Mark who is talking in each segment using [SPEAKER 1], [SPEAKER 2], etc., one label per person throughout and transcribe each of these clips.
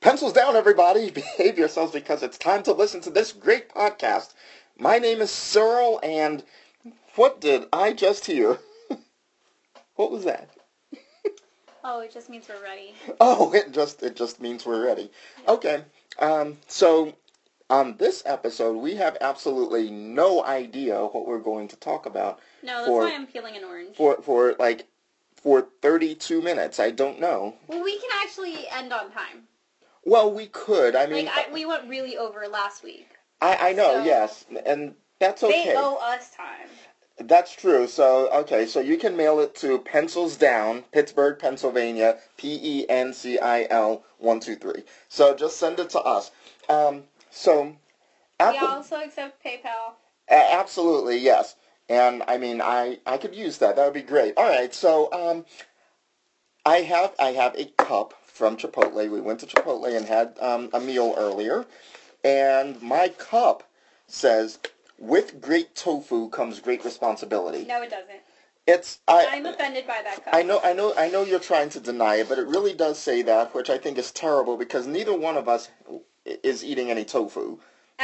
[SPEAKER 1] Pencils down, everybody. Behave yourselves because it's time to listen to this great podcast. My name is Searle, and what did I just hear? what was that?
[SPEAKER 2] Oh, it just means we're ready.
[SPEAKER 1] Oh, it just it just means we're ready. Okay. Um, so on this episode, we have absolutely no idea what we're going to talk about
[SPEAKER 2] No, that's
[SPEAKER 1] For-
[SPEAKER 2] why I'm feeling an orange.
[SPEAKER 1] for for like for 32 minutes. I don't know.
[SPEAKER 2] well, we can actually end on time.
[SPEAKER 1] Well, we could. I mean,
[SPEAKER 2] Like I, we went really over last week.
[SPEAKER 1] I, I know,
[SPEAKER 2] so-
[SPEAKER 1] yes, and that's okay.
[SPEAKER 2] They owe us time.
[SPEAKER 1] That's true. So, okay, so you can mail it to Pencils Down, Pittsburgh, Pennsylvania, E P-E-N-C-I-L 123. So just send it to us. Um, so,
[SPEAKER 2] We
[SPEAKER 1] Apple,
[SPEAKER 2] also accept PayPal.
[SPEAKER 1] a- absolutely, yes. And I mean, I, I could use that. That would be great. All right, so um, I have I have a cup from Chipotle. We went to Chipotle and had um, a meal earlier, and my cup says, "With great tofu comes great responsibility."
[SPEAKER 2] No, it doesn't.
[SPEAKER 1] It's
[SPEAKER 2] I'm
[SPEAKER 1] I
[SPEAKER 2] offended by that cup.
[SPEAKER 1] I know I know I know you're trying to deny it, but it really does say that, which I think is terrible because neither one of us i- is eating any tofu.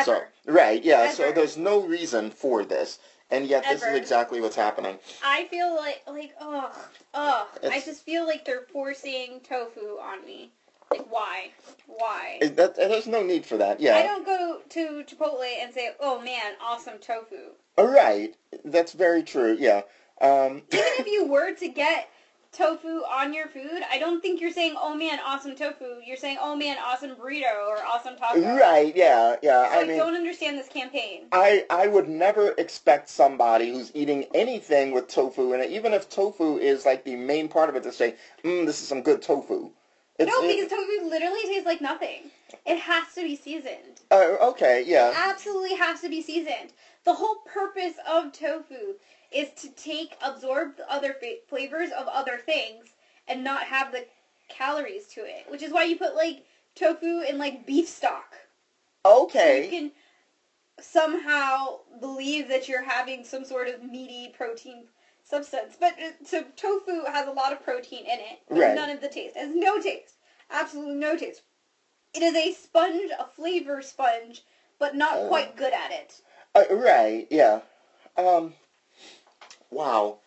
[SPEAKER 1] So
[SPEAKER 2] Ever.
[SPEAKER 1] right, yeah. So
[SPEAKER 2] Ever.
[SPEAKER 1] there's no reason for this, and yet this is
[SPEAKER 2] Ever.
[SPEAKER 1] exactly what's happening.
[SPEAKER 2] I feel like like ugh ugh. I
[SPEAKER 1] It's-
[SPEAKER 2] just feel like they're forcing tofu on me. Like why? Why?
[SPEAKER 1] It, that, there's no need for that.
[SPEAKER 2] I
[SPEAKER 1] Yeah.
[SPEAKER 2] don't go to Chipotle and say, "Oh man, awesome tofu."
[SPEAKER 1] All right. That's very true. Yeah. Um,
[SPEAKER 2] Even if you were to get tofu on your food, I don't think you're saying, "Oh man, awesome tofu." You're saying, "Oh man, awesome burrito" or "awesome taco."
[SPEAKER 1] right. Yeah. Yeah.
[SPEAKER 2] So I,
[SPEAKER 1] I mean.
[SPEAKER 2] don't understand this campaign.
[SPEAKER 1] I, I would never expect somebody who's eating anything with tofu in it, even if tofu is like the main part of it, to say, mm, this is some good tofu. It's,
[SPEAKER 2] No,
[SPEAKER 1] it-
[SPEAKER 2] because tofu literally tastes like nothing. It has to be seasoned.
[SPEAKER 1] uh, okay, yeah.
[SPEAKER 2] Absolutely has to be seasoned. The whole purpose of tofu is to take, absorb the other fa- flavors of other things and not have the calories to it, which is why you put like tofu in like beef stock. You
[SPEAKER 1] Okay.
[SPEAKER 2] can somehow believe that you're having some sort of meaty protein substance. But uh, so tofu has a lot of protein in it, but
[SPEAKER 1] Right.
[SPEAKER 2] none of the taste. It has no taste. Absolutely no taste. It is a sponge, a flavor sponge, but not
[SPEAKER 1] Oh.
[SPEAKER 2] quite good at it.
[SPEAKER 1] Uh, right, yeah. Um, wow.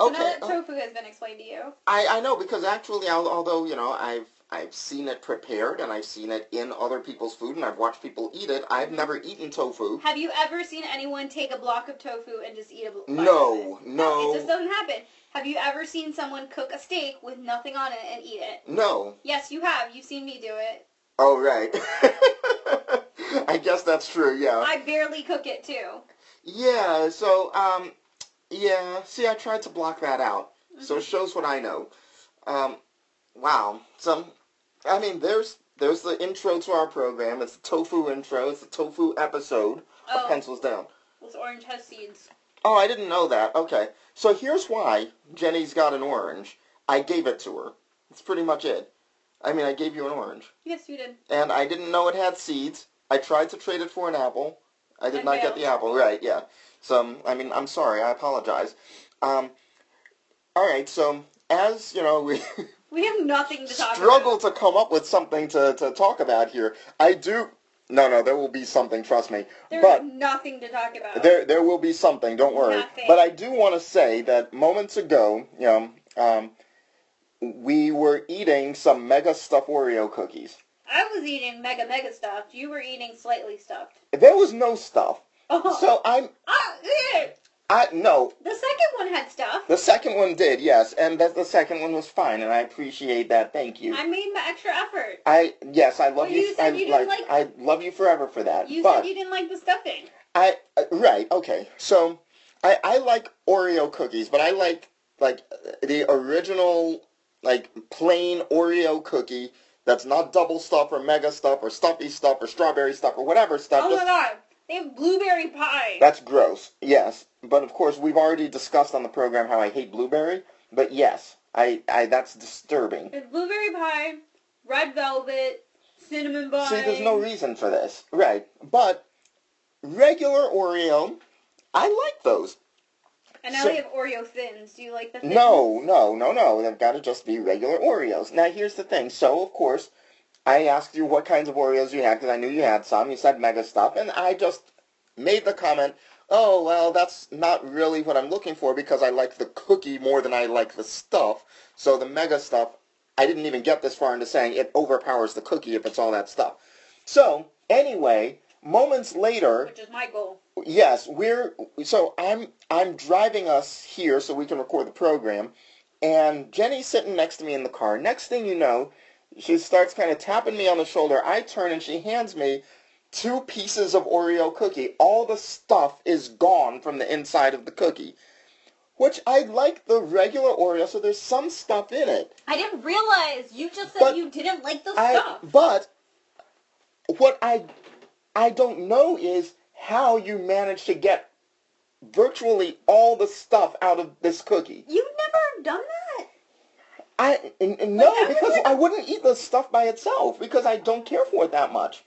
[SPEAKER 2] So
[SPEAKER 1] Okay.
[SPEAKER 2] now that
[SPEAKER 1] oh,
[SPEAKER 2] tofu has been explained to you,
[SPEAKER 1] I, I know because actually, al- although you know, I've I've seen it prepared and I've seen it in other people's food and I've watched people eat it. I've never eaten tofu.
[SPEAKER 2] have you ever seen anyone take a block of tofu and just eat a block?
[SPEAKER 1] No,
[SPEAKER 2] no, it just
[SPEAKER 1] no,
[SPEAKER 2] doesn't happen. Have you ever seen someone cook a steak with nothing on it and eat it?
[SPEAKER 1] no.
[SPEAKER 2] Yes, you have. You've seen me do it.
[SPEAKER 1] Oh right. I guess that's true. Yeah.
[SPEAKER 2] I barely cook it too.
[SPEAKER 1] Yeah. So um, yeah. See, I tried to block that out, so it
[SPEAKER 2] Mm-hmm.
[SPEAKER 1] shows what I know. Um, wow. So, I mean, there's there's the intro to our program. It's the tofu intro. It's the tofu episode of
[SPEAKER 2] Oh.
[SPEAKER 1] Pencils Down.
[SPEAKER 2] This orange has seeds.
[SPEAKER 1] Oh, I didn't know that. Okay. So here's why Jenny's got an orange. I gave it to her. That's pretty much it. I mean, I gave you an orange.
[SPEAKER 2] Yes, you did.
[SPEAKER 1] and I didn't know it had seeds. I tried to trade it for an apple. I did
[SPEAKER 2] And
[SPEAKER 1] not get
[SPEAKER 2] failed.
[SPEAKER 1] the apple. Right, yeah. So, um, I mean, I'm sorry. I apologize. Um, all right, so as, you know, we
[SPEAKER 2] We have nothing to talk
[SPEAKER 1] struggle
[SPEAKER 2] about.
[SPEAKER 1] to come up with something to, to talk about here, I do... No, no, there will be something, trust me.
[SPEAKER 2] There's
[SPEAKER 1] but
[SPEAKER 2] nothing to talk about.
[SPEAKER 1] there there will be something, don't worry.
[SPEAKER 2] Nothing.
[SPEAKER 1] But I do want to say that moments ago, you know, um, we were eating some Mega Stuff Oreo cookies.
[SPEAKER 2] I was eating mega mega stuffed. You were eating slightly stuffed.
[SPEAKER 1] There was no stuff.
[SPEAKER 2] Oh,
[SPEAKER 1] So I'm
[SPEAKER 2] Ah, ew.
[SPEAKER 1] I no.
[SPEAKER 2] the second one had stuff.
[SPEAKER 1] The second one did, yes, and that the second one was fine, and I appreciate that. Thank you.
[SPEAKER 2] I made my extra effort.
[SPEAKER 1] I yes, I love
[SPEAKER 2] But
[SPEAKER 1] you.
[SPEAKER 2] you
[SPEAKER 1] I
[SPEAKER 2] said you didn't like-
[SPEAKER 1] I love you forever for that.
[SPEAKER 2] You
[SPEAKER 1] but
[SPEAKER 2] said you didn't like the stuffing.
[SPEAKER 1] I uh, right okay. So I I like Oreo cookies, but I like like uh, the original like plain Oreo cookie that's not double stuff or mega stuff or stuffy stuff or strawberry stuff or whatever stuff.
[SPEAKER 2] Oh
[SPEAKER 1] just-
[SPEAKER 2] my god, they have blueberry pie.
[SPEAKER 1] That's gross. Yes, but of course we've already discussed on the program how I hate blueberry. But yes, I, I that's disturbing.
[SPEAKER 2] There's blueberry pie, red velvet, cinnamon bun.
[SPEAKER 1] See, there's no reason for this, right? But regular Oreo, I like those.
[SPEAKER 2] And now
[SPEAKER 1] So-
[SPEAKER 2] they have Oreo thins. Do you like the thins?
[SPEAKER 1] No, no, no, no. They've got to just be regular Oreos. Now here's the thing. So of course, I asked you what kinds of Oreos you had because I knew you had some. You said mega stuff, and I just made the comment, "Oh well, that's not really what I'm looking for because I like the cookie more than I like the stuff." So the mega stuff, I didn't even get this far into saying it overpowers the cookie if it's all that stuff. So anyway, moments later,
[SPEAKER 2] which is my goal.
[SPEAKER 1] Yes, we're so I'm I'm driving us here so we can record the program, and Jenny's sitting next to me in the car. Next thing you know, she starts kind of tapping me on the shoulder. I turn and she hands me two pieces of Oreo cookie. All the stuff is gone from the inside of the cookie, which I like the regular Oreo, so there's some stuff in it.
[SPEAKER 2] I didn't realize you just said
[SPEAKER 1] But
[SPEAKER 2] you didn't like the
[SPEAKER 1] I,
[SPEAKER 2] stuff.
[SPEAKER 1] but what I I don't know is how you managed to get virtually all the stuff out of this cookie.
[SPEAKER 2] You've never done that.
[SPEAKER 1] I n- n- no,
[SPEAKER 2] that
[SPEAKER 1] because
[SPEAKER 2] really-
[SPEAKER 1] I wouldn't eat the stuff by itself because I don't care for it that much.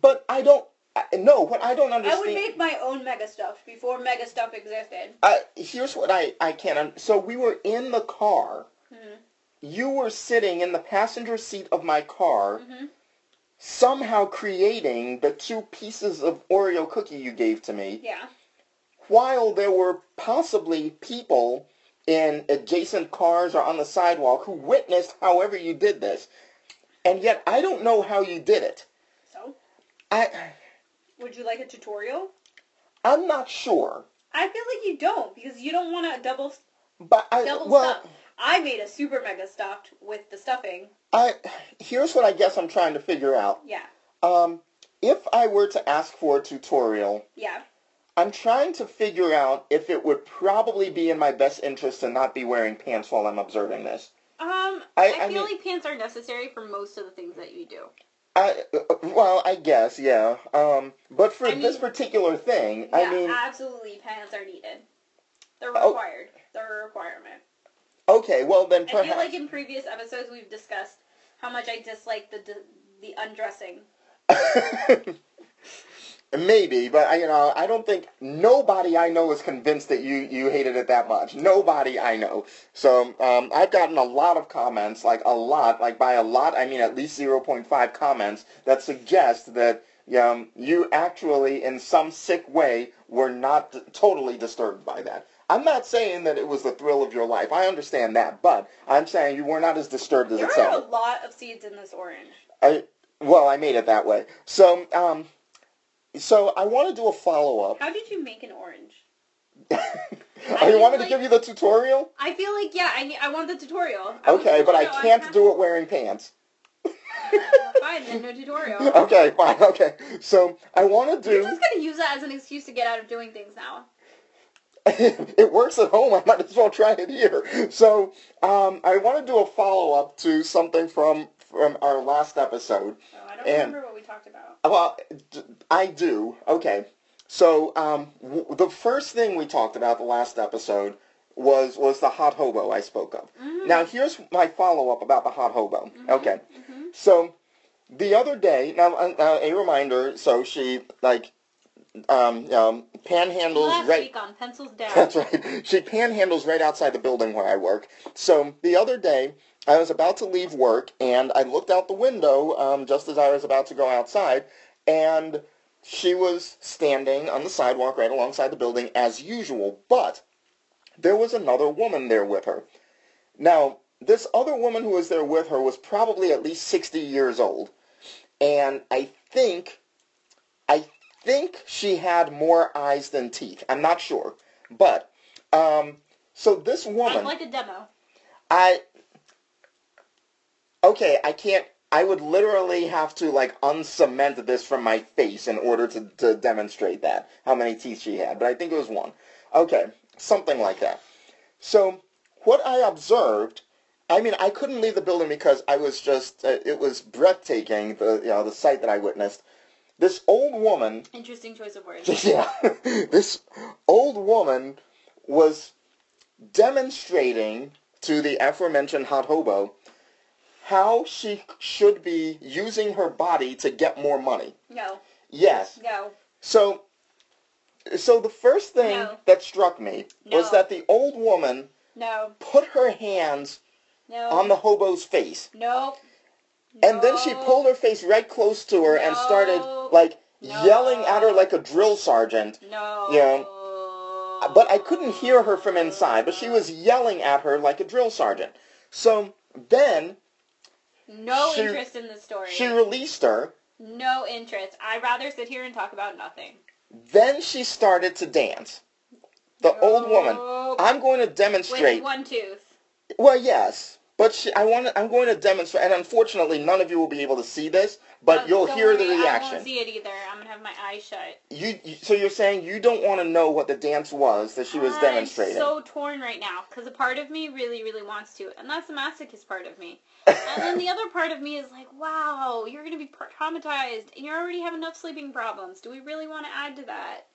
[SPEAKER 1] But I don't I, no. What I don't
[SPEAKER 2] I
[SPEAKER 1] understand.
[SPEAKER 2] would make my own mega stuff before mega stuff existed.
[SPEAKER 1] uh, here's what I I can't. Un- so we were in the car.
[SPEAKER 2] Mhm.
[SPEAKER 1] You were sitting in the passenger seat of my car,
[SPEAKER 2] Mhm.
[SPEAKER 1] somehow creating the two pieces of Oreo cookie you gave to me.
[SPEAKER 2] Yeah.
[SPEAKER 1] while there were possibly people in adjacent cars or on the sidewalk who witnessed however you did this. And yet I don't know how you did it.
[SPEAKER 2] So,
[SPEAKER 1] I
[SPEAKER 2] would you like a tutorial?
[SPEAKER 1] I'm not sure.
[SPEAKER 2] I feel like you don't because you don't want to double
[SPEAKER 1] But I
[SPEAKER 2] double
[SPEAKER 1] well
[SPEAKER 2] stuff. I made a super mega stuffed with the stuffing.
[SPEAKER 1] I here's what I guess I'm trying to figure out.
[SPEAKER 2] Yeah.
[SPEAKER 1] Um if I were to ask for a tutorial,
[SPEAKER 2] Yeah.
[SPEAKER 1] I'm trying to figure out if it would probably be in my best interest to not be wearing pants while I'm observing this.
[SPEAKER 2] Um,
[SPEAKER 1] I-
[SPEAKER 2] I,
[SPEAKER 1] I
[SPEAKER 2] feel
[SPEAKER 1] mean-
[SPEAKER 2] like pants are necessary for most of the things that you do.
[SPEAKER 1] I uh, well, I guess yeah. Um, but for
[SPEAKER 2] I mean-
[SPEAKER 1] this particular thing, I
[SPEAKER 2] yeah,
[SPEAKER 1] mean,
[SPEAKER 2] absolutely, pants are needed. They're
[SPEAKER 1] Oh.
[SPEAKER 2] required. They're a requirement.
[SPEAKER 1] okay, well then
[SPEAKER 2] I feel like
[SPEAKER 1] perhaps.
[SPEAKER 2] in previous episodes we've discussed how much I dislike the the undressing.
[SPEAKER 1] Maybe, but I, you know, I don't think nobody I know is convinced that you you hated it that much. Nobody I know. So um, I've gotten a lot of comments, like a lot, like by a lot I mean at least zero point five comments that suggest that um, you actually, in some sick way, were not d- totally disturbed by that. I'm not saying that it was the thrill of your life. I understand that, but I'm saying you were not as disturbed as
[SPEAKER 2] There
[SPEAKER 1] it
[SPEAKER 2] are
[SPEAKER 1] sounded.
[SPEAKER 2] a lot of seeds in this orange.
[SPEAKER 1] I, well, I made it that way. So, um, so I want to do a follow up.
[SPEAKER 2] How did you make an orange?
[SPEAKER 1] I
[SPEAKER 2] feel
[SPEAKER 1] wanted to
[SPEAKER 2] like-
[SPEAKER 1] give you the tutorial.
[SPEAKER 2] I feel like yeah, I need, I want the tutorial. want the
[SPEAKER 1] Okay, but I
[SPEAKER 2] tutorial.
[SPEAKER 1] can't do it wearing pants.
[SPEAKER 2] Fine, then no tutorial.
[SPEAKER 1] Okay, fine. Okay, so I want to
[SPEAKER 2] You're
[SPEAKER 1] do.
[SPEAKER 2] just gonna use that as an excuse to get out of doing things now.
[SPEAKER 1] it works at home. I might as well try it here. So um, I want to do a follow up to something from from our last episode.
[SPEAKER 2] Oh, I don't
[SPEAKER 1] And-
[SPEAKER 2] remember what we talked about.
[SPEAKER 1] Well, d- I do. Okay. So um, w- the first thing we talked about the last episode was was the hot hobo I spoke of. Now here's my follow up about the hot hobo. Okay. So the other day, now uh, uh, a reminder. So she like um, um, panhandles
[SPEAKER 2] Last
[SPEAKER 1] right.
[SPEAKER 2] week on pencils down.
[SPEAKER 1] That's right. She panhandles right outside the building where I work. So the other day, I was about to leave work, and I looked out the window um, just as I was about to go outside, and she was standing on the sidewalk right alongside the building as usual, but there was another woman there with her. Now, this other woman who was there with her was probably at least 60 years old, and I think I think she had more eyes than teeth. I'm not sure, but um, so this
[SPEAKER 2] I'd
[SPEAKER 1] woman,
[SPEAKER 2] like a demo.
[SPEAKER 1] I okay, I can't. I would literally have to like uncement this from my face in order to, to demonstrate that how many teeth she had, but I think it was one. Okay, something like that. So what I observed, I mean, I couldn't leave the building because I was just uh, it was breathtaking the you know the sight that I witnessed. This old woman
[SPEAKER 2] Interesting choice of words.
[SPEAKER 1] yeah, this old woman was demonstrating to the aforementioned hot hobo how she should be using her body to get more money.
[SPEAKER 2] No,
[SPEAKER 1] Yes.
[SPEAKER 2] no.
[SPEAKER 1] So, so the first thing
[SPEAKER 2] No.
[SPEAKER 1] that struck me was
[SPEAKER 2] No.
[SPEAKER 1] that the old woman
[SPEAKER 2] No,
[SPEAKER 1] put her hands
[SPEAKER 2] no,
[SPEAKER 1] on the hobo's face.
[SPEAKER 2] no,
[SPEAKER 1] And then she
[SPEAKER 2] No.
[SPEAKER 1] pulled her face right close to her and started
[SPEAKER 2] No.
[SPEAKER 1] like
[SPEAKER 2] No.
[SPEAKER 1] yelling at her like a drill sergeant.
[SPEAKER 2] No.
[SPEAKER 1] But I couldn't hear her from inside, but she was yelling at her like a drill sergeant. So then
[SPEAKER 2] No
[SPEAKER 1] she-
[SPEAKER 2] interest in the story.
[SPEAKER 1] she released her.
[SPEAKER 2] no interest. I'd rather sit here and talk about nothing.
[SPEAKER 1] Then she started to dance. The old woman.
[SPEAKER 2] Nope.
[SPEAKER 1] I'm going to
[SPEAKER 2] With
[SPEAKER 1] demonstrate.
[SPEAKER 2] one tooth.
[SPEAKER 1] Well, yes, but she, I want. I'm going to demonstrate, and unfortunately, none of you will be able to see this, but
[SPEAKER 2] Oh,
[SPEAKER 1] you'll
[SPEAKER 2] don't
[SPEAKER 1] hear the
[SPEAKER 2] worry, I
[SPEAKER 1] reaction.
[SPEAKER 2] won't see it either. I'm gonna have my eyes shut.
[SPEAKER 1] You, you. So you're saying you don't want to know what the dance was that she was demonstrating.
[SPEAKER 2] I'm so torn right now because a part of me really, really wants to, and that's the masochist part of me. And then the other part of me is like, wow, you're gonna be traumatized, and you already have enough sleeping problems. Do we really want to add to that?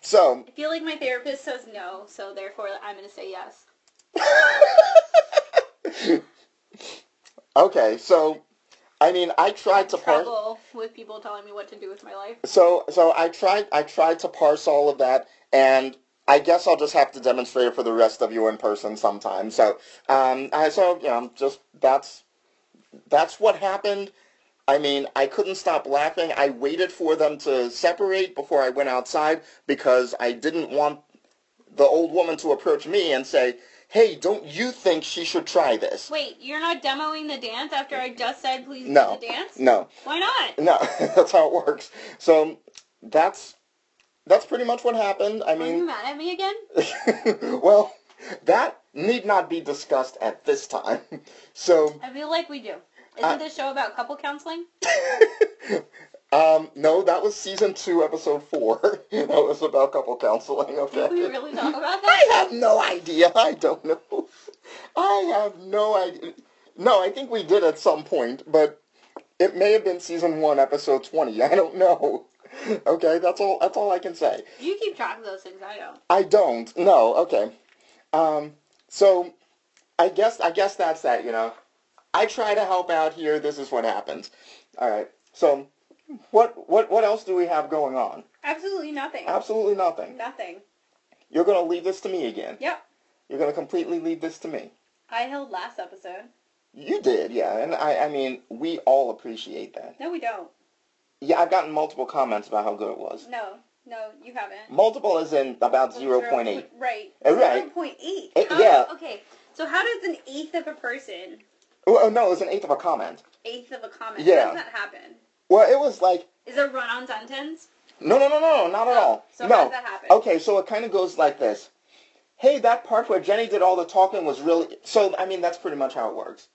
[SPEAKER 1] so.
[SPEAKER 2] I feel like my therapist says no, so therefore I'm gonna say yes.
[SPEAKER 1] okay, so, I mean, I tried to parse.
[SPEAKER 2] Trouble with people telling me what to do with my life.
[SPEAKER 1] So, so I tried. I tried to parse all of that, and I guess I'll just have to demonstrate it for the rest of you in person sometime. So, um, I, so you know, just that's that's what happened. I mean, I couldn't stop laughing. I waited for them to separate before I went outside because I didn't want the old woman to approach me and say, "Hey, don't you think she should try this?"
[SPEAKER 2] Wait, you're not demoing the dance after I just said please
[SPEAKER 1] No.
[SPEAKER 2] do the dance?
[SPEAKER 1] No,
[SPEAKER 2] Why not?
[SPEAKER 1] no, that's how it works. So that's that's pretty much what happened. I
[SPEAKER 2] Are you
[SPEAKER 1] mean,
[SPEAKER 2] mad at me again?
[SPEAKER 1] well, that need not be discussed at this time. So,
[SPEAKER 2] I feel like we do. Isn't
[SPEAKER 1] Uh,
[SPEAKER 2] this show about couple counseling?
[SPEAKER 1] um, no, that was season two, episode four. that was about couple counseling. Okay.
[SPEAKER 2] Did we really talk about
[SPEAKER 1] I
[SPEAKER 2] that?
[SPEAKER 1] have no idea. I don't know. I have no idea. No, I think we did at some point, but it may have been season one, episode twenty. I don't know. Okay, that's all. That's all I can say.
[SPEAKER 2] You keep track of those things, I don't.
[SPEAKER 1] I don't. No. Okay. Um. So, I guess. I guess that's that. You know, I try to help out here. This is what happens. All right. So, what what what else do we have going on?
[SPEAKER 2] Absolutely nothing.
[SPEAKER 1] Absolutely nothing.
[SPEAKER 2] Nothing.
[SPEAKER 1] You're gonna leave this to me again.
[SPEAKER 2] Yep.
[SPEAKER 1] You're gonna completely leave this to me.
[SPEAKER 2] I held last episode.
[SPEAKER 1] You did, yeah, and I, I mean, we all appreciate that.
[SPEAKER 2] No, we don't.
[SPEAKER 1] Yeah, I've gotten multiple comments about how good it was.
[SPEAKER 2] No. No, you haven't.
[SPEAKER 1] Multiple is in about
[SPEAKER 2] Oh,
[SPEAKER 1] zero point eight.
[SPEAKER 2] Right.
[SPEAKER 1] Uh, right.
[SPEAKER 2] Zero point eight.
[SPEAKER 1] Uh,
[SPEAKER 2] How-
[SPEAKER 1] yeah.
[SPEAKER 2] Okay. So how does an eighth of a person,
[SPEAKER 1] Oh, oh, no, it's an eighth of a comment.
[SPEAKER 2] eighth of a comment?
[SPEAKER 1] Yeah.
[SPEAKER 2] How does that happen?
[SPEAKER 1] Well, it was like
[SPEAKER 2] Is it run on sentence?
[SPEAKER 1] no, no, no, no, not at
[SPEAKER 2] Oh,
[SPEAKER 1] all.
[SPEAKER 2] so
[SPEAKER 1] no.
[SPEAKER 2] how does that happen?
[SPEAKER 1] Okay, so it kind of goes like this. Hey, that part where Jenny did all the talking was really. So I mean, that's pretty much how it works.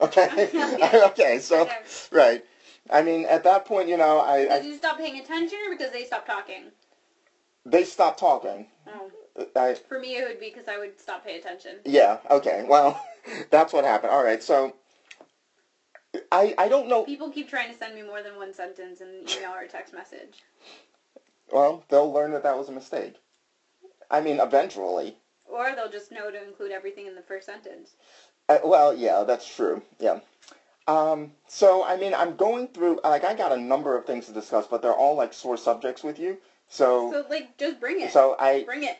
[SPEAKER 1] Okay.
[SPEAKER 2] Okay.
[SPEAKER 1] okay. So
[SPEAKER 2] Okay.
[SPEAKER 1] right. I mean, at that point, you know, I,
[SPEAKER 2] Did
[SPEAKER 1] I
[SPEAKER 2] you stop paying attention or because they stopped talking?
[SPEAKER 1] they stopped talking.
[SPEAKER 2] Oh.
[SPEAKER 1] I,
[SPEAKER 2] For me, it would be because I would stop paying attention.
[SPEAKER 1] Yeah, okay. Well, that's what happened. All right, so I I don't know.
[SPEAKER 2] People keep trying to send me more than one sentence in email or text message.
[SPEAKER 1] Well, they'll learn that that was a mistake. I mean, eventually.
[SPEAKER 2] Or they'll just know to include everything in the first sentence.
[SPEAKER 1] Uh, well, yeah, that's true. Yeah. Um, so I mean, I'm going through like I got a number of things to discuss, but they're all like sore subjects with you. So
[SPEAKER 2] So, like, just bring it.
[SPEAKER 1] so I
[SPEAKER 2] bring it.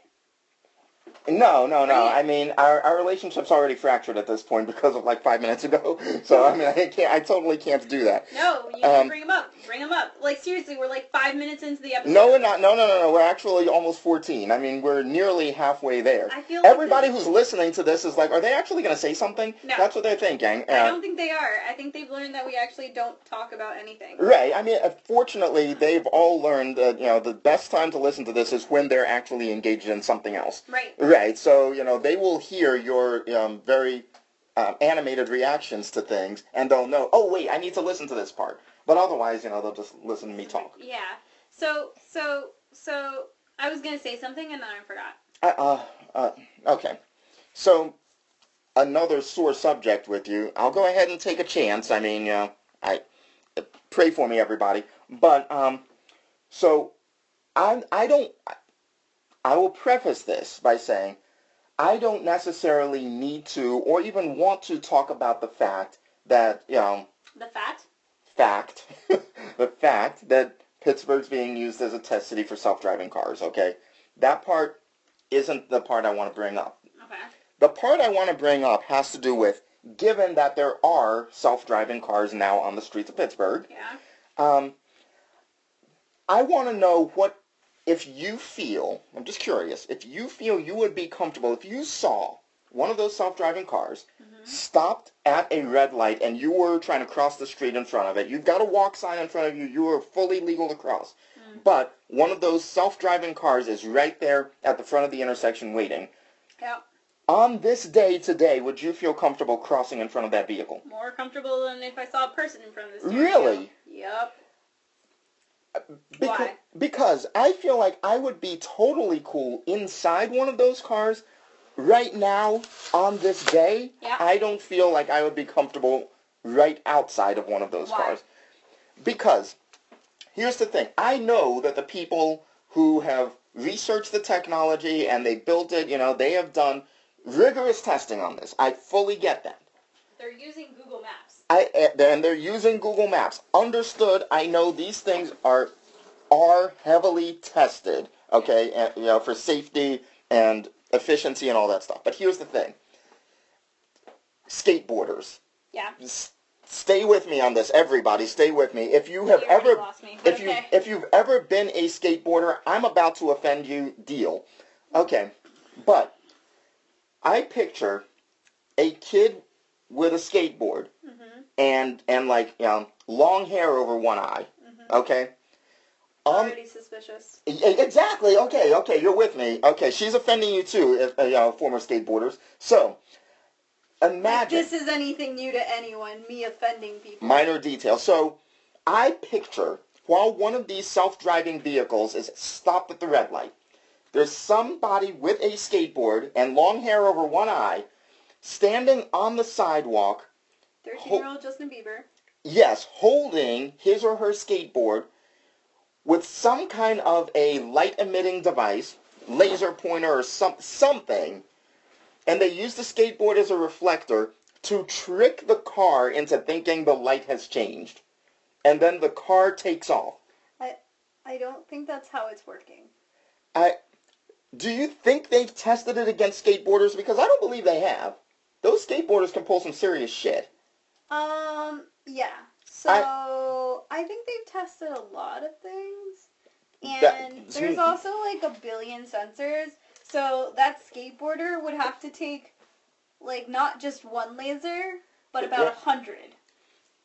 [SPEAKER 1] no no no.
[SPEAKER 2] Right.
[SPEAKER 1] I mean, our our relationship's already fractured at this point because of like five minutes ago. So I mean, I can't. I totally can't do that.
[SPEAKER 2] No, you
[SPEAKER 1] Um,
[SPEAKER 2] can bring them up. Bring them up. Like, seriously, we're like five minutes into the episode.
[SPEAKER 1] No, we're not. No, no, no, no. We're actually almost 14. I mean, we're nearly halfway there.
[SPEAKER 2] I feel like
[SPEAKER 1] Everybody
[SPEAKER 2] this-
[SPEAKER 1] who's listening to this is like, are they actually going to say something?
[SPEAKER 2] No.
[SPEAKER 1] That's what they're thinking.
[SPEAKER 2] I
[SPEAKER 1] Uh,
[SPEAKER 2] don't think they are. I think they've learned that we actually don't talk about anything.
[SPEAKER 1] right. I mean, uh, fortunately, they've all learned that, you know, the best time to listen to this is when they're actually engaged in something else.
[SPEAKER 2] Right.
[SPEAKER 1] Right. So, you know, they will hear your um, very um, animated reactions to things, and they'll know, oh, wait, I need to listen to this part. But otherwise, you know, they'll just listen to me talk.
[SPEAKER 2] Yeah. So, so, so, I was going to say something and then I forgot.
[SPEAKER 1] I- Uh, uh, okay. So, another sore subject with you. I'll go ahead and take a chance. I mean, you know, I uh, pray for me, everybody. But um, so I I don't. I will preface this by saying I don't necessarily need to or even want to talk about the fact that you know
[SPEAKER 2] The fat?
[SPEAKER 1] fact the fact that Pittsburgh's being used as a test city for self-driving cars. Okay, that part isn't the part I want to bring up.
[SPEAKER 2] Okay.
[SPEAKER 1] The part I want to bring up has to do with given that there are self-driving cars now on the streets of Pittsburgh.
[SPEAKER 2] Yeah.
[SPEAKER 1] Um, I want to know what, if you feel, I'm just curious, if you feel you would be comfortable, if you saw one of those self-driving cars stopped at a red light and you were trying to cross the street in front of it, you've got a walk sign in front of you, you are fully legal to cross, but one of those self-driving cars is right there at the front of the intersection waiting.
[SPEAKER 2] Yeah.
[SPEAKER 1] On this day today, would you feel comfortable crossing in front of that vehicle?
[SPEAKER 2] More comfortable than if I saw a person in front of this.
[SPEAKER 1] Really?
[SPEAKER 2] Yep.
[SPEAKER 1] Becau-
[SPEAKER 2] Why?
[SPEAKER 1] Because I feel like I would be totally cool inside one of those cars right now on this day.
[SPEAKER 2] Yeah.
[SPEAKER 1] I don't feel like I would be comfortable right outside of one of those
[SPEAKER 2] Why?
[SPEAKER 1] cars. Because here's the thing. I know that the people who have researched the technology and they built it, you know, they have done rigorous testing on this. I fully get that.
[SPEAKER 2] They're using Google Maps.
[SPEAKER 1] I and they're using Google Maps. Understood. I know these things are are heavily tested, okay, and, you know, for safety and efficiency and all that stuff. But here's the thing. Skateboarders,
[SPEAKER 2] Yeah.
[SPEAKER 1] s- stay with me on this everybody, stay with me. If you have
[SPEAKER 2] You already
[SPEAKER 1] ever
[SPEAKER 2] lost me, but
[SPEAKER 1] if you
[SPEAKER 2] okay.
[SPEAKER 1] if you've ever been a skateboarder, I'm about to offend you, deal. Okay. But I picture a kid with a skateboard
[SPEAKER 2] Mm-hmm.
[SPEAKER 1] and and like you know long hair over one eye.
[SPEAKER 2] Mhm.
[SPEAKER 1] Okay. Um.
[SPEAKER 2] Already suspicious.
[SPEAKER 1] e- Exactly. Okay. Okay. You're with me. Okay. She's offending you too, if, uh, you know, former skateboarders. So,
[SPEAKER 2] If
[SPEAKER 1] imagine
[SPEAKER 2] this is anything new to anyone, me offending people.
[SPEAKER 1] minor detail. So, I picture while one of these self-driving vehicles is stopped at the red light, there's somebody with a skateboard and long hair over one eye, standing on the sidewalk
[SPEAKER 2] Thirteen-year-old Justin Bieber.
[SPEAKER 1] Yes, holding his or her skateboard with some kind of a light emitting device, laser pointer or some, something, and they use the skateboard as a reflector to trick the car into thinking the light has changed. And then the car takes off.
[SPEAKER 2] I don't think that's how it's working.
[SPEAKER 1] I, do you think they've tested it against skateboarders? Because I don't believe they have. Those skateboarders can pull some serious shit.
[SPEAKER 2] Um, yeah. So I, think they've tested a lot of things.
[SPEAKER 1] That-
[SPEAKER 2] And there's also like a billion sensors. So that skateboarder would have to take like not just one laser, but about a
[SPEAKER 1] Yeah.
[SPEAKER 2] hundred.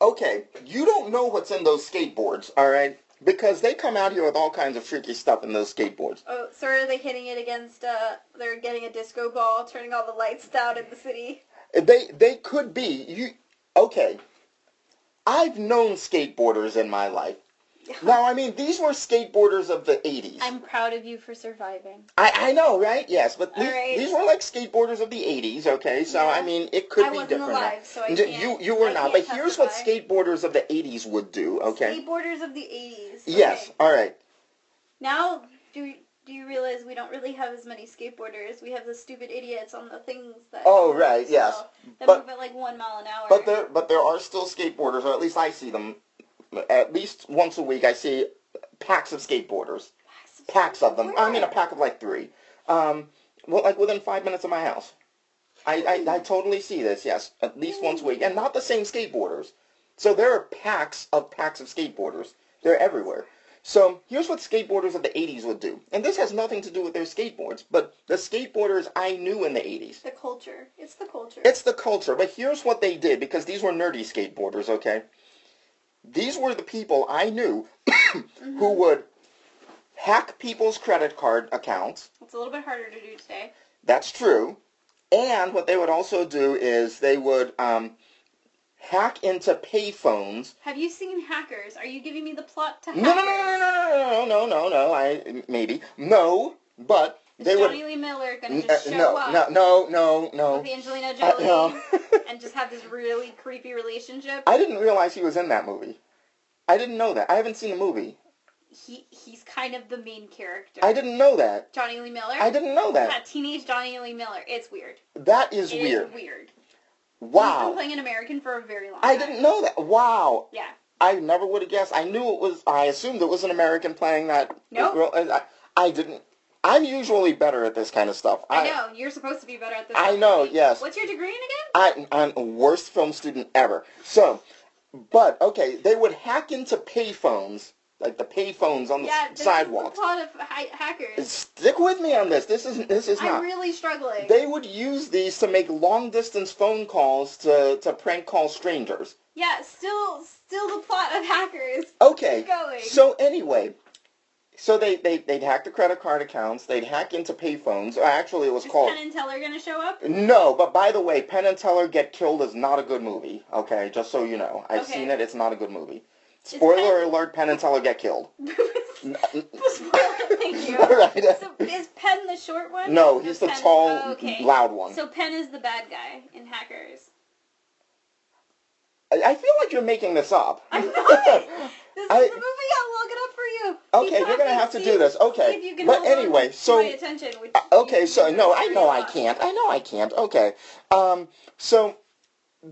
[SPEAKER 1] Okay, you don't know what's in those skateboards, all right? Because they come out here with all kinds of freaky stuff in those skateboards.
[SPEAKER 2] Oh, so are they hitting it against uh they're getting a disco ball, turning all the lights down in the city.
[SPEAKER 1] They they could be you. Okay, I've known skateboarders in my life. Now, I mean, these were skateboarders of the '80s.
[SPEAKER 2] I'm proud of you for surviving.
[SPEAKER 1] I, I know, right? Yes, but
[SPEAKER 2] All
[SPEAKER 1] these,
[SPEAKER 2] right.
[SPEAKER 1] these were like skateboarders of the '80s. Okay, so
[SPEAKER 2] Yeah.
[SPEAKER 1] I mean, it could
[SPEAKER 2] I
[SPEAKER 1] be
[SPEAKER 2] wasn't
[SPEAKER 1] different.
[SPEAKER 2] alive, so I
[SPEAKER 1] You-
[SPEAKER 2] can't-
[SPEAKER 1] you you were
[SPEAKER 2] I
[SPEAKER 1] not. But
[SPEAKER 2] can't
[SPEAKER 1] here's what
[SPEAKER 2] testify.
[SPEAKER 1] skateboarders of the '80s would do. Okay.
[SPEAKER 2] Skateboarders of the 80s.
[SPEAKER 1] Yes.
[SPEAKER 2] Okay.
[SPEAKER 1] All right.
[SPEAKER 2] Now, do do you realize we don't really have as many skateboarders? We have the stupid idiots on the things that.
[SPEAKER 1] Oh, right, yes.
[SPEAKER 2] That
[SPEAKER 1] But-
[SPEAKER 2] move at like one mile an hour.
[SPEAKER 1] But there, but there are still skateboarders, or at least I see them. At least once a week, I see packs of skateboarders, packs of them. I mean, a pack of like three. Um, well, like within five minutes of my house. I, I, I totally see this. Yes, at least once a week, and not the same skateboarders. So there are packs of packs of skateboarders. They're everywhere. So here's what skateboarders of the '80s would do, and this has nothing to do with their skateboards, but the skateboarders I knew in the '80s.
[SPEAKER 2] The culture. It's the culture.
[SPEAKER 1] It's the culture, but here's what they did because these were nerdy skateboarders, okay? These were the people I knew
[SPEAKER 2] Mm-hmm.
[SPEAKER 1] who would hack people's credit card accounts.
[SPEAKER 2] It's a little bit harder to do today.
[SPEAKER 1] That's true. And what they would also do is they would um, hack into payphones.
[SPEAKER 2] Have you seen Hackers? Are you giving me the plot to
[SPEAKER 1] No,
[SPEAKER 2] Hackers?
[SPEAKER 1] no, no, no, no, no, no, no, no. I maybe no, but
[SPEAKER 2] Is
[SPEAKER 1] they
[SPEAKER 2] Johnny
[SPEAKER 1] would.
[SPEAKER 2] Lee Miller gonna
[SPEAKER 1] n-
[SPEAKER 2] just
[SPEAKER 1] uh,
[SPEAKER 2] show
[SPEAKER 1] no,
[SPEAKER 2] up
[SPEAKER 1] no, no, no, no.
[SPEAKER 2] with Angelina
[SPEAKER 1] Uh,
[SPEAKER 2] Jolie
[SPEAKER 1] no.
[SPEAKER 2] and just have this really creepy relationship?
[SPEAKER 1] I didn't realize he was in that movie. I didn't know that. I haven't seen the movie.
[SPEAKER 2] He he's kind of the main character.
[SPEAKER 1] I didn't know that.
[SPEAKER 2] Johnny Lee Miller.
[SPEAKER 1] I didn't know
[SPEAKER 2] Yeah,
[SPEAKER 1] that.
[SPEAKER 2] teenage Johnny Lee Miller. It's weird.
[SPEAKER 1] That is
[SPEAKER 2] It is
[SPEAKER 1] weird.
[SPEAKER 2] weird. He's been
[SPEAKER 1] Wow.
[SPEAKER 2] playing an American for a very long
[SPEAKER 1] I
[SPEAKER 2] time.
[SPEAKER 1] didn't know that. Wow.
[SPEAKER 2] Yeah.
[SPEAKER 1] I never would have guessed. I knew it was. I assumed it was an American playing that.
[SPEAKER 2] Nope.
[SPEAKER 1] I, I didn't. I'm usually better at this kind of stuff.
[SPEAKER 2] I, know you're supposed to be better at this.
[SPEAKER 1] I
[SPEAKER 2] than
[SPEAKER 1] know,
[SPEAKER 2] me.
[SPEAKER 1] yes.
[SPEAKER 2] What's your degree in again?
[SPEAKER 1] I, I'm the worst film student ever. So, but okay, they would hack into payphones, like the payphones on the
[SPEAKER 2] yeah, this
[SPEAKER 1] Mm, sidewalks.
[SPEAKER 2] Is a lot of hi- hackers.
[SPEAKER 1] Stick with me on this. This is this is
[SPEAKER 2] I'm
[SPEAKER 1] not.
[SPEAKER 2] really struggling.
[SPEAKER 1] They would use these to make long distance phone calls to, to prank call strangers.
[SPEAKER 2] yeah, still, still the plot of hackers.
[SPEAKER 1] Okay.
[SPEAKER 2] Keep going.
[SPEAKER 1] So anyway, so they, they they'd hack the credit card accounts. They'd hack into payphones. Uh, Actually, it was
[SPEAKER 2] Is
[SPEAKER 1] called.
[SPEAKER 2] Penn and Teller gonna show up?
[SPEAKER 1] No, but by the way, Penn and Teller Get Killed is not a good movie. Okay, just so you know, I've
[SPEAKER 2] Okay.
[SPEAKER 1] seen it. It's not a good movie. Spoiler alert: Penn and Teller Get Killed. N- n-
[SPEAKER 2] Thank you.
[SPEAKER 1] All right.
[SPEAKER 2] So is Penn the short one?
[SPEAKER 1] No,
[SPEAKER 2] Or
[SPEAKER 1] he's
[SPEAKER 2] is
[SPEAKER 1] the
[SPEAKER 2] Penn-
[SPEAKER 1] tall,
[SPEAKER 2] oh, okay.
[SPEAKER 1] loud one.
[SPEAKER 2] So Penn is the bad guy in Hackers.
[SPEAKER 1] I, I feel like you're making this up.
[SPEAKER 2] I'm not. This
[SPEAKER 1] I-
[SPEAKER 2] is the movie. I'll look it up for you.
[SPEAKER 1] okay,
[SPEAKER 2] Keep
[SPEAKER 1] you're gonna
[SPEAKER 2] talking,
[SPEAKER 1] have to
[SPEAKER 2] see
[SPEAKER 1] do
[SPEAKER 2] if-
[SPEAKER 1] this.
[SPEAKER 2] see if
[SPEAKER 1] Okay,
[SPEAKER 2] you can
[SPEAKER 1] but
[SPEAKER 2] hold on
[SPEAKER 1] anyway,
[SPEAKER 2] to
[SPEAKER 1] so.
[SPEAKER 2] my attention, which
[SPEAKER 1] Uh, Okay,
[SPEAKER 2] you
[SPEAKER 1] so no, I
[SPEAKER 2] already
[SPEAKER 1] know I
[SPEAKER 2] lost.
[SPEAKER 1] can't. I know I can't. Okay. Um, so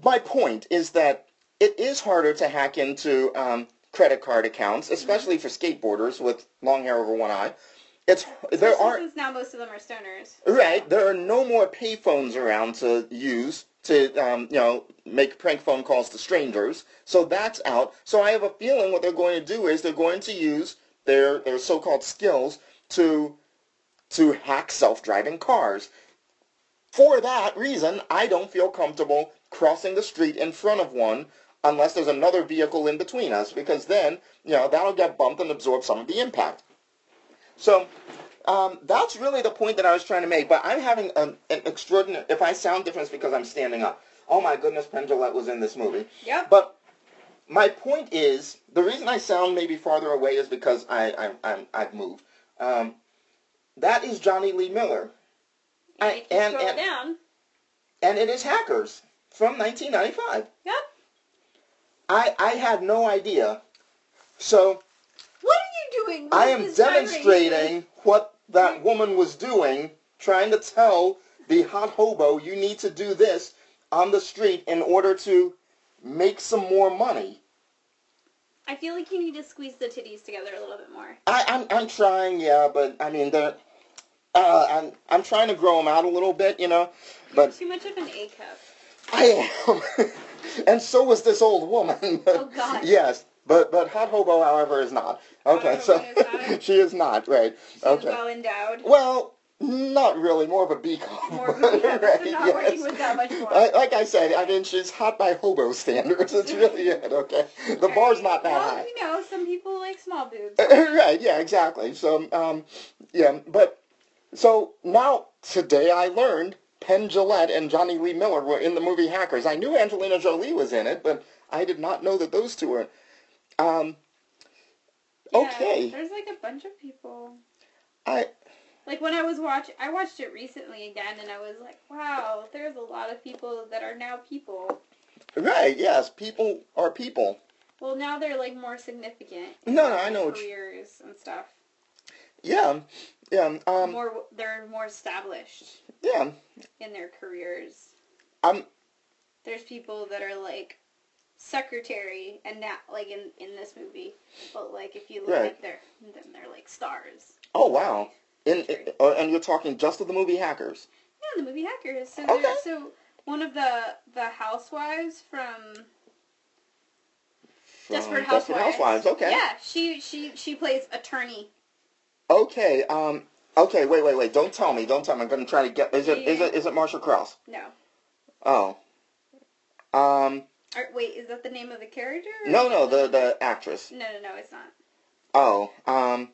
[SPEAKER 1] my point is that it is harder to hack into um, credit card accounts,
[SPEAKER 2] Mm-hmm.
[SPEAKER 1] especially for skateboarders with long hair over one eye. It's there
[SPEAKER 2] Especially
[SPEAKER 1] are
[SPEAKER 2] since now most of them are stoners.
[SPEAKER 1] right there are no more payphones around to use to um, you know make prank phone calls to strangers. So that's out. So I have a feeling what they're going to do is they're going to use their their so-called skills to to hack self-driving cars. For that reason, I don't feel comfortable crossing the street in front of one unless there's another vehicle in between us because then, you know, that'll get bumped and absorb some of the impact. So um, that's really the point that I was trying to make, but I'm having an, an extraordinary, if I sound different, it's because I'm standing up. Oh my goodness, Pendulette was in this movie.
[SPEAKER 2] Yep.
[SPEAKER 1] But my point is, the reason I sound maybe farther away is because I, I'm, I'm, I've moved. Um, that is Johnny Lee Miller. I-
[SPEAKER 2] If you
[SPEAKER 1] and-
[SPEAKER 2] scroll
[SPEAKER 1] and-
[SPEAKER 2] down.
[SPEAKER 1] and it is Hackers from 1995.
[SPEAKER 2] Yep.
[SPEAKER 1] I, I had no idea. So
[SPEAKER 2] What are you doing? What
[SPEAKER 1] I
[SPEAKER 2] is
[SPEAKER 1] am
[SPEAKER 2] this vibration?
[SPEAKER 1] demonstrating what that woman was doing, trying to tell the hot hobo, you need to do this on the street in order to make some more money.
[SPEAKER 2] I feel like you need to squeeze the titties together a little bit more.
[SPEAKER 1] I, I'm, I'm trying, yeah, but I mean, they're, uh, I'm, I'm trying to grow them out a little bit, you know,
[SPEAKER 2] You're
[SPEAKER 1] but
[SPEAKER 2] too much of an A cup.
[SPEAKER 1] I am. and so was this old woman.
[SPEAKER 2] Oh, God.
[SPEAKER 1] Yes, but but hot hobo, however, is not. Okay,
[SPEAKER 2] Hot
[SPEAKER 1] so
[SPEAKER 2] hobo is not?
[SPEAKER 1] she is not right.
[SPEAKER 2] She's
[SPEAKER 1] okay.
[SPEAKER 2] well endowed.
[SPEAKER 1] Well, not really. More of a B cop.
[SPEAKER 2] More of a B cop, so not working with that much more.
[SPEAKER 1] Like, like I said, I mean, she's hot by hobo standards. That's really it. Okay, the bar's not that
[SPEAKER 2] well,
[SPEAKER 1] high. Uh,
[SPEAKER 2] you know, some people like small boobs.
[SPEAKER 1] right. Yeah. Exactly. So, um, yeah. But so now today I learned Penn Gillette and Johnny Lee Miller were in the movie Hackers. I knew Angelina Jolie was in it, but I did not know that those two were. Um,
[SPEAKER 2] Yeah,
[SPEAKER 1] okay.
[SPEAKER 2] There's like a bunch of people.
[SPEAKER 1] I
[SPEAKER 2] Like when I was watch, I watched it recently again, and I was like, wow, there's a lot of people that are now people.
[SPEAKER 1] right. Yes. People are people.
[SPEAKER 2] Well, now they're like more significant. in
[SPEAKER 1] No, no,
[SPEAKER 2] their
[SPEAKER 1] I know what you-
[SPEAKER 2] Careers and stuff.
[SPEAKER 1] Yeah. Yeah. Um.
[SPEAKER 2] more, they're more established
[SPEAKER 1] Yeah. um,
[SPEAKER 2] in their careers.
[SPEAKER 1] I'm.
[SPEAKER 2] There's people that are like secretary and not like in in this movie, but like if you look
[SPEAKER 1] Right.
[SPEAKER 2] at their, then they're like stars.
[SPEAKER 1] Oh wow. In, in- uh, and you're talking just of the movie Hackers.
[SPEAKER 2] Yeah, the movie Hackers. So
[SPEAKER 1] Okay.
[SPEAKER 2] there, so one of the the housewives from
[SPEAKER 1] From
[SPEAKER 2] Desperate Housewives.
[SPEAKER 1] Um, Housewives. Okay.
[SPEAKER 2] Yeah, she she she plays attorney.
[SPEAKER 1] Okay. Um. Okay. Wait. Wait. Wait. Don't tell me. Don't tell me. I'm gonna try to get. Is it? Is
[SPEAKER 2] Yeah.
[SPEAKER 1] it? Is it Marsha Cross?
[SPEAKER 2] No.
[SPEAKER 1] Oh. Um.
[SPEAKER 2] Or, wait, is that the name of the character? or
[SPEAKER 1] No.
[SPEAKER 2] is
[SPEAKER 1] No.
[SPEAKER 2] it
[SPEAKER 1] The the actress.
[SPEAKER 2] No, no, no, it's not.
[SPEAKER 1] Oh. Um.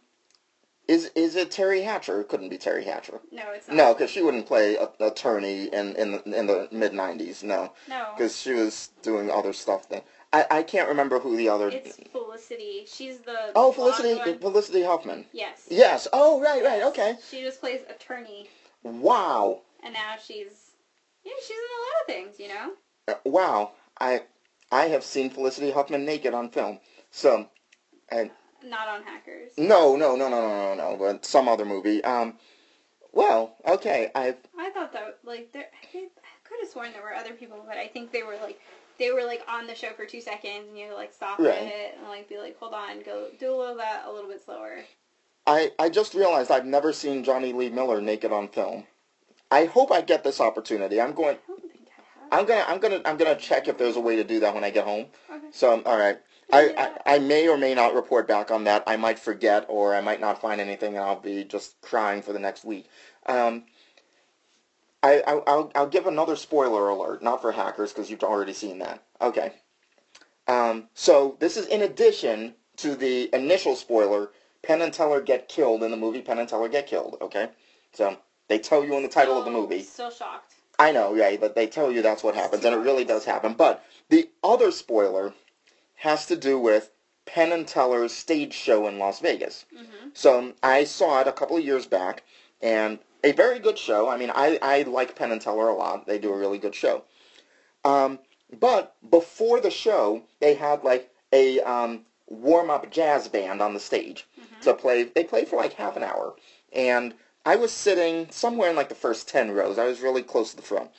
[SPEAKER 1] Is is it Terry Hatcher? It couldn't be Terry Hatcher.
[SPEAKER 2] No, it's not.
[SPEAKER 1] No, because she wouldn't play a, attorney in in the, in the mid '90s. No,
[SPEAKER 2] No.
[SPEAKER 1] because she was doing other stuff then. I, I can't remember who the other.
[SPEAKER 2] It's Felicity. She's the
[SPEAKER 1] oh,
[SPEAKER 2] blonde
[SPEAKER 1] Felicity
[SPEAKER 2] one.
[SPEAKER 1] Felicity Huffman.
[SPEAKER 2] Yes.
[SPEAKER 1] Yes. Oh, right, right. Okay.
[SPEAKER 2] She just plays attorney,
[SPEAKER 1] Wow.
[SPEAKER 2] and now she's yeah, she's in a lot of things, you know.
[SPEAKER 1] Uh, wow. I I have seen Felicity Huffman naked on film. So, and
[SPEAKER 2] Not on Hackers.
[SPEAKER 1] no, no, no, no, no, no, no. But some other movie. Um. Well, okay. I
[SPEAKER 2] I thought that like there, I, think- I could have sworn there were other people, but I think they were like they were like on the show for two seconds, and you had to, like stop
[SPEAKER 1] Right.
[SPEAKER 2] it and like be like, hold on, go do a little that a little bit slower.
[SPEAKER 1] I, I just realized I've never seen Johnny Lee Miller naked on film. I hope I get this opportunity. I'm going.
[SPEAKER 2] I don't think I have.
[SPEAKER 1] I'm gonna. I'm gonna. I'm gonna check if there's a way to do that when I get home.
[SPEAKER 2] Okay.
[SPEAKER 1] So um, all right. I, I, I may or may not report back on that. I might forget or I might not find anything and I'll be just crying for the next week. Um, I, I, I'll, I'll give another spoiler alert, not for hackers because you've already seen that. Okay. Um, so this is in addition to the initial spoiler, Penn and Teller get killed in the movie Penn and Teller get killed, okay? So they tell you in the title of the
[SPEAKER 2] Still-
[SPEAKER 1] movie.
[SPEAKER 2] Oh, Still shocked.
[SPEAKER 1] I know, yeah, but they tell you that's what happens, and it really does happen. But the other spoiler has to do with Penn and Teller's stage show in Las Vegas.
[SPEAKER 2] Mhm.
[SPEAKER 1] So um, I saw it a couple of years back, and a very good show. I mean, I, I like Penn and Teller a lot. They do a really good show. Um, but before the show, they had like a um, warm-up jazz band on the stage to play. They played for like half an hour, and I was sitting somewhere in like the first ten rows. I was really close to the front.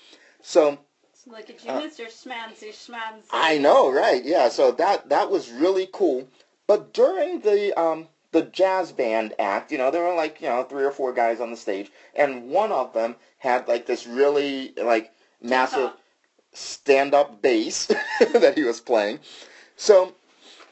[SPEAKER 1] So
[SPEAKER 2] It's like a you Mr. Schmancy Schmancy.
[SPEAKER 1] I know, right? Yeah. So that that was really cool. But during the um the jazz band act, you know, there were like you know three or four guys on the stage, and one of them had like this really like massive
[SPEAKER 2] Huh.
[SPEAKER 1] stand up bass that he was playing. So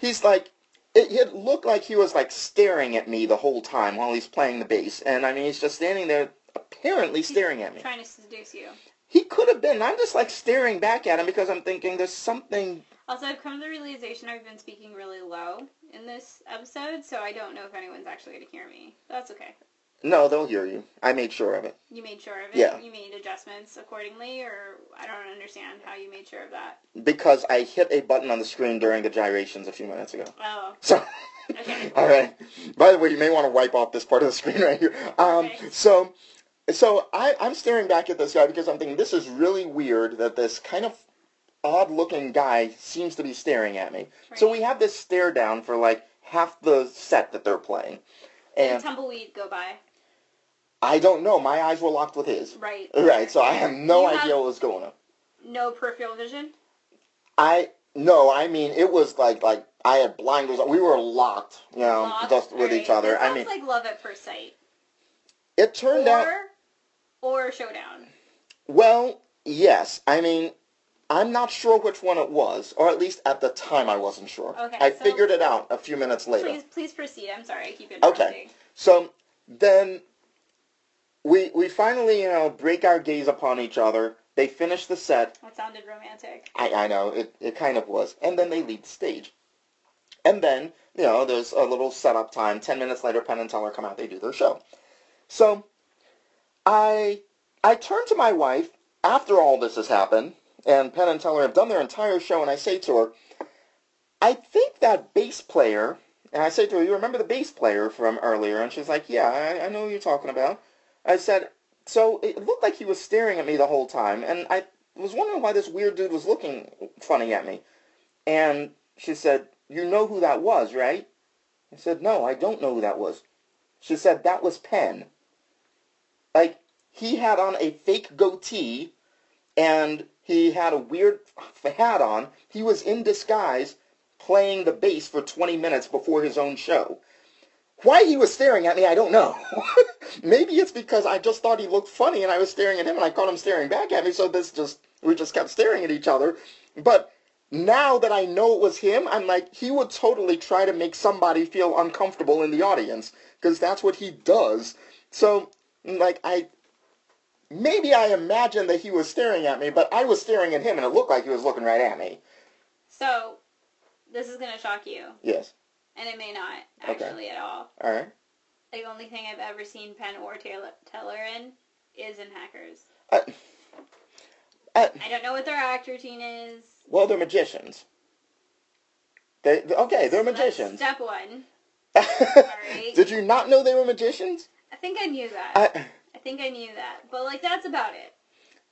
[SPEAKER 1] he's like. It, it looked like he was like staring at me the whole time while he's playing the bass, and I mean he's just standing there apparently staring at me
[SPEAKER 2] Trying to seduce you.
[SPEAKER 1] he could have been. I'm just like staring back at him because I'm thinking there's something.
[SPEAKER 2] Also, I've come to the realization I've been speaking really low in this episode, so I don't know if anyone's actually going to hear me. That's okay.
[SPEAKER 1] No, they'll hear you. I made sure of it.
[SPEAKER 2] You made sure of it.
[SPEAKER 1] Yeah.
[SPEAKER 2] You made adjustments accordingly, or I don't understand how you made sure of that.
[SPEAKER 1] Because I hit a button on the screen during the gyrations a few minutes ago.
[SPEAKER 2] Oh,
[SPEAKER 1] So,
[SPEAKER 2] okay.
[SPEAKER 1] all right. By the way, you may want to wipe off this part of the screen right here. Um,
[SPEAKER 2] Okay.
[SPEAKER 1] So, so I, I'm staring back at this guy because I'm thinking this is really weird that this kind of odd-looking guy seems to be staring at me. So
[SPEAKER 2] Right.
[SPEAKER 1] we have this stare down for like half the set that they're playing,
[SPEAKER 2] The
[SPEAKER 1] and
[SPEAKER 2] tumbleweed go by.
[SPEAKER 1] I don't know. My eyes were locked with his.
[SPEAKER 2] Right.
[SPEAKER 1] Right, so I have no
[SPEAKER 2] You
[SPEAKER 1] idea
[SPEAKER 2] have-
[SPEAKER 1] what was going on.
[SPEAKER 2] No peripheral vision.
[SPEAKER 1] I no, I mean it was like like I had blinders. on. We were locked, you know,
[SPEAKER 2] Locked.
[SPEAKER 1] Um, just with
[SPEAKER 2] Alright,
[SPEAKER 1] each other.
[SPEAKER 2] that
[SPEAKER 1] I mean,
[SPEAKER 2] sounds like love at first sight.
[SPEAKER 1] it turned out
[SPEAKER 2] Or, or showdown.
[SPEAKER 1] well. Yes, I mean, I'm not sure which one it was, or at least at the time I wasn't sure.
[SPEAKER 2] Okay,
[SPEAKER 1] I
[SPEAKER 2] so-
[SPEAKER 1] figured it out a few minutes later.
[SPEAKER 2] Please, please proceed. I'm sorry, I keep interrupting.
[SPEAKER 1] Okay. So then we we finally you know break our gaze upon each other. They finish the set.
[SPEAKER 2] That sounded romantic.
[SPEAKER 1] I, I know, it, it kind of was. And then they leave the stage. And then, you know, there's a little setup time. Ten minutes later, Penn and Teller come out, they do their show. So I I turn to my wife after all this has happened, and Penn and Teller have done their entire show, and I say to her, I think that bass player, and I say to her, you remember the bass player from earlier? And she's like, yeah, I, I know who you're talking about. I said, so it looked like he was staring at me the whole time, and I was wondering why this weird dude was looking funny at me. And she said, you know who that was, right? I said, no, I don't know who that was. She said, that was Penn. Like, he had on a fake goatee, and he had a weird f- hat on. He was in disguise playing the bass for 20 minutes before his own show. Why he was staring at me, I don't know. Maybe it's because I just thought he looked funny and I was staring at him and I caught him staring back at me, so this just we just kept staring at each other. But now that I know it was him, I'm like, he would totally try to make somebody feel uncomfortable in the audience, because that's what he does. So like I maybe I imagined that he was staring at me, but I was staring at him and it looked like he was looking right at me.
[SPEAKER 2] So, this is gonna shock you,
[SPEAKER 1] Yes.
[SPEAKER 2] and it may not
[SPEAKER 1] Okay.
[SPEAKER 2] actually at all.
[SPEAKER 1] Alright.
[SPEAKER 2] The only thing I've ever seen Penn or Taylor, Teller in is in Hackers.
[SPEAKER 1] Uh, uh,
[SPEAKER 2] I don't know what their act routine is.
[SPEAKER 1] Well, they're magicians. They, they- okay, they're
[SPEAKER 2] That's
[SPEAKER 1] magicians.
[SPEAKER 2] step one. right.
[SPEAKER 1] Did you not know they were magicians?
[SPEAKER 2] I think I knew that.
[SPEAKER 1] I,
[SPEAKER 2] I think I knew that, but like that's about it.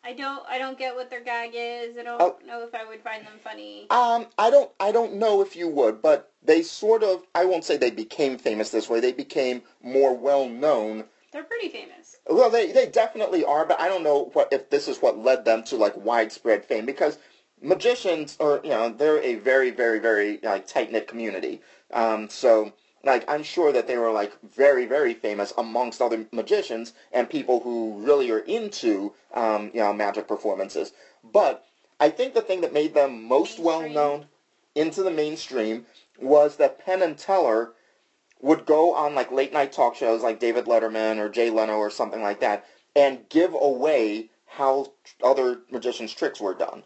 [SPEAKER 2] I don't. I don't get what their gag is. I don't
[SPEAKER 1] Oh.
[SPEAKER 2] know if I would find them funny.
[SPEAKER 1] um, I don't, I don't know if you would, but they sort of. I won't say they became famous this way. They became more well known.
[SPEAKER 2] They're pretty famous.
[SPEAKER 1] Well, they, they definitely are, but I don't know what if this is what led them to like widespread fame because magicians are you know they're a very very very like tight knit community. Um, so Like I'm sure that they were like very very famous amongst other magicians and people who really are into um, you know magic performances. But I think the thing that made them most well
[SPEAKER 2] Mainstream.
[SPEAKER 1] known into the mainstream was that Penn and Teller would go on like late night talk shows like David Letterman or Jay Leno or something like that and give away how other magicians' tricks were done.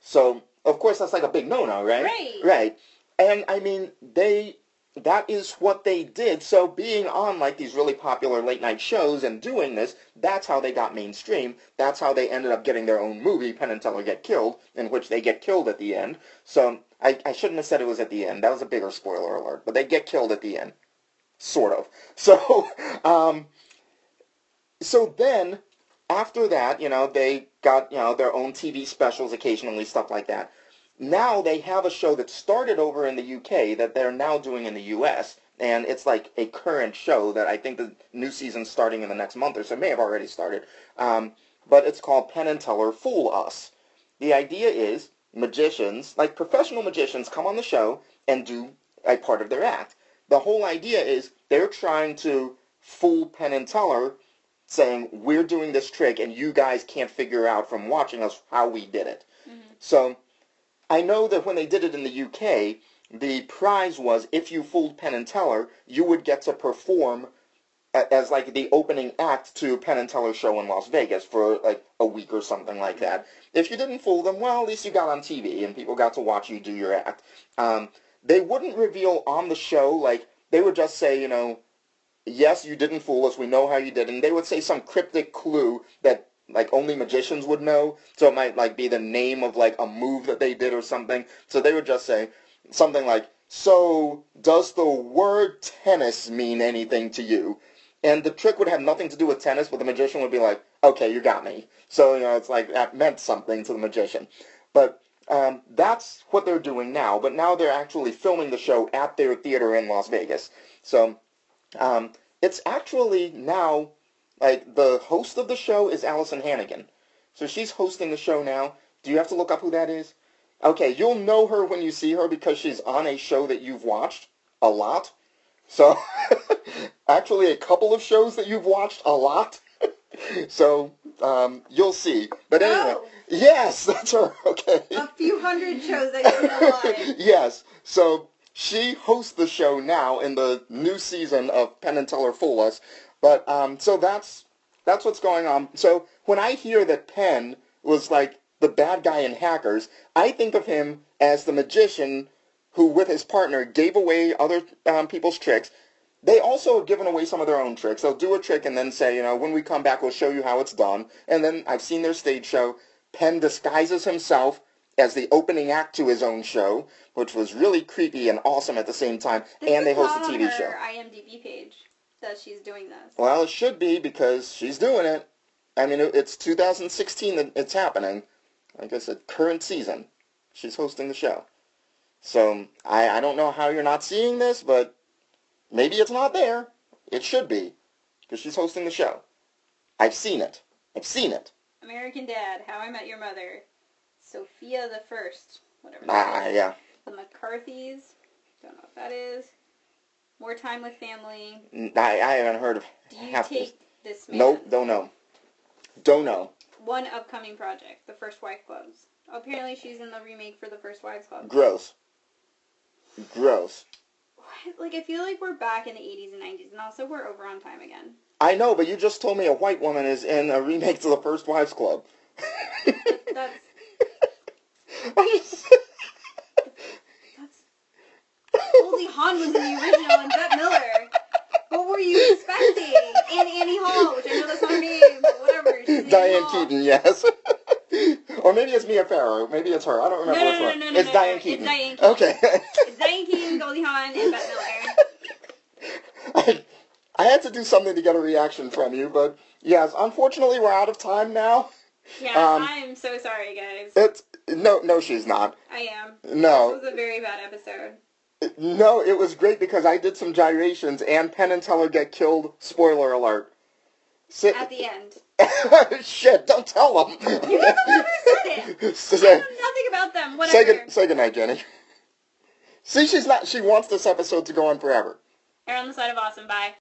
[SPEAKER 1] So of course that's like a big no-no, right?
[SPEAKER 2] Right.
[SPEAKER 1] Right. And I mean they that is what they did. So being on like these really popular late night shows and doing this, that's how they got mainstream. That's how they ended up getting their own movie, Penn and Teller Get Killed, in which they get killed at the end. So I, I shouldn't have said it was at the end. That was a bigger spoiler alert. But they get killed at the end. Sort of. So um so then after that, you know, they got, you know, their own TV specials occasionally, stuff like that. Now they have a show that started over in the UK that they're now doing in the US, and it's like a current show that I think the new season's starting in the next month or so, it may have already started. Um, but it's called Penn and Teller Fool Us. The idea is magicians, like professional magicians, come on the show and do a part of their act. The whole idea is they're trying to fool Penn and Teller saying we're doing this trick and you guys can't figure out from watching us how we did it. So I know that when they did it in the UK, the prize was if you fooled Penn and Teller, you would get to perform a- as like the opening act to Penn and Teller show in Las Vegas for like a week or something like that. If you didn't fool them, well, at least you got on TV and people got to watch you do your act. Um, they wouldn't reveal on the show like they would just say, you know, yes, you didn't fool us. We know how you did. And they would say some cryptic clue that like only magicians would know. So it might like be the name of like a move that they did or something. So they would just say something like, "So does the word tennis mean anything to you?" And the trick would have nothing to do with tennis, but the magician would be like, "Okay, you got me." So you know, it's like that meant something to the magician. But um, that's what they're doing now. But now they're actually filming the show at their theater in Las Vegas. So um, it's actually now like the host of the show is Allison Hannigan, so she's hosting the show now. Do you have to look up who that is? Okay, you'll know her when you see her because she's on a show that you've watched a lot. So actually, a couple of shows that you've watched a lot. so um, you'll see. But anyway,
[SPEAKER 2] Oh.
[SPEAKER 1] yes, that's her. Okay
[SPEAKER 2] A few hundred shows that you know of.
[SPEAKER 1] yes. So she hosts the show now in the new season of Penn and Teller Fool Us. But um, so that's that's what's going on. So when I hear that Penn was like the bad guy in Hackers, I think of him as the magician who, with his partner, gave away other um, people's tricks. They also have given away some of their own tricks. They'll do a trick and then say, you know, when we come back, we'll show you how it's done. And then I've seen their stage show. Penn disguises himself as the opening act to his own show, which was really creepy and awesome at the same time.
[SPEAKER 2] This
[SPEAKER 1] and they
[SPEAKER 2] is
[SPEAKER 1] host a
[SPEAKER 2] not on
[SPEAKER 1] TV
[SPEAKER 2] her
[SPEAKER 1] show.
[SPEAKER 2] IMDb page that she's doing this.
[SPEAKER 1] Well, it should be because she's doing it. I mean, it- it's 2016 that it's happening. Like I said, current season. She's hosting the show. So I, I don't know how you're not seeing this, but maybe it's not there. It should be because she's hosting the show. I've seen it. I've seen it.
[SPEAKER 2] American Dad, How I Met Your Mother, Sophia the First, whatever
[SPEAKER 1] Ah,
[SPEAKER 2] that is.
[SPEAKER 1] yeah.
[SPEAKER 2] The McCarthy's, don't know what that is. More Time with Family.
[SPEAKER 1] N- I, I haven't heard of
[SPEAKER 2] Do you
[SPEAKER 1] half this.
[SPEAKER 2] take this man?
[SPEAKER 1] Nope, don't know. Don't know.
[SPEAKER 2] One upcoming project, The First Wife Clubs. Apparently she's in the remake for The First Wives Club.
[SPEAKER 1] Gross. Gross.
[SPEAKER 2] What? Like I feel like we're back in the 80s and 90s, and also we're over on time again.
[SPEAKER 1] I know, but you just told me a white woman is in a remake to the First Wives Club.
[SPEAKER 2] That's that's Goldie Hawn was in the original, and Bette Miller. What were you expecting? And Annie Hall, which I know that's not her name, but whatever. She's Annie
[SPEAKER 1] Diane
[SPEAKER 2] Hall.
[SPEAKER 1] Keaton, yes. or maybe it's Mia Farrow. Maybe it's her. I don't remember
[SPEAKER 2] No,
[SPEAKER 1] which
[SPEAKER 2] no,
[SPEAKER 1] one.
[SPEAKER 2] no, no, no,
[SPEAKER 1] it's
[SPEAKER 2] no, no,
[SPEAKER 1] Diane
[SPEAKER 2] it's
[SPEAKER 1] Keaton.
[SPEAKER 2] Diane Keaton.
[SPEAKER 1] Okay.
[SPEAKER 2] It's Diane Keaton, Goldie Hawn, and Bette Miller.
[SPEAKER 1] I, I had to do something to get a reaction from you, but yes, unfortunately we're out of time now.
[SPEAKER 2] Yeah,
[SPEAKER 1] Um, eh,
[SPEAKER 2] I'm so sorry, guys.
[SPEAKER 1] It's no, no, she's not.
[SPEAKER 2] I am.
[SPEAKER 1] No,
[SPEAKER 2] This was a very bad episode.
[SPEAKER 1] no, it was great because I did some gyrations and Penn and Teller get killed. Spoiler alert. Sit,
[SPEAKER 2] At the end.
[SPEAKER 1] Shit, don't tell them.
[SPEAKER 2] You were the one who said it. I know
[SPEAKER 1] say,
[SPEAKER 2] nothing about them.
[SPEAKER 1] say,
[SPEAKER 2] Whatever.
[SPEAKER 1] good, say goodnight, Jenny. See, she's not. She wants this episode to go on forever.
[SPEAKER 2] Aaron, the side of awesome. Bye.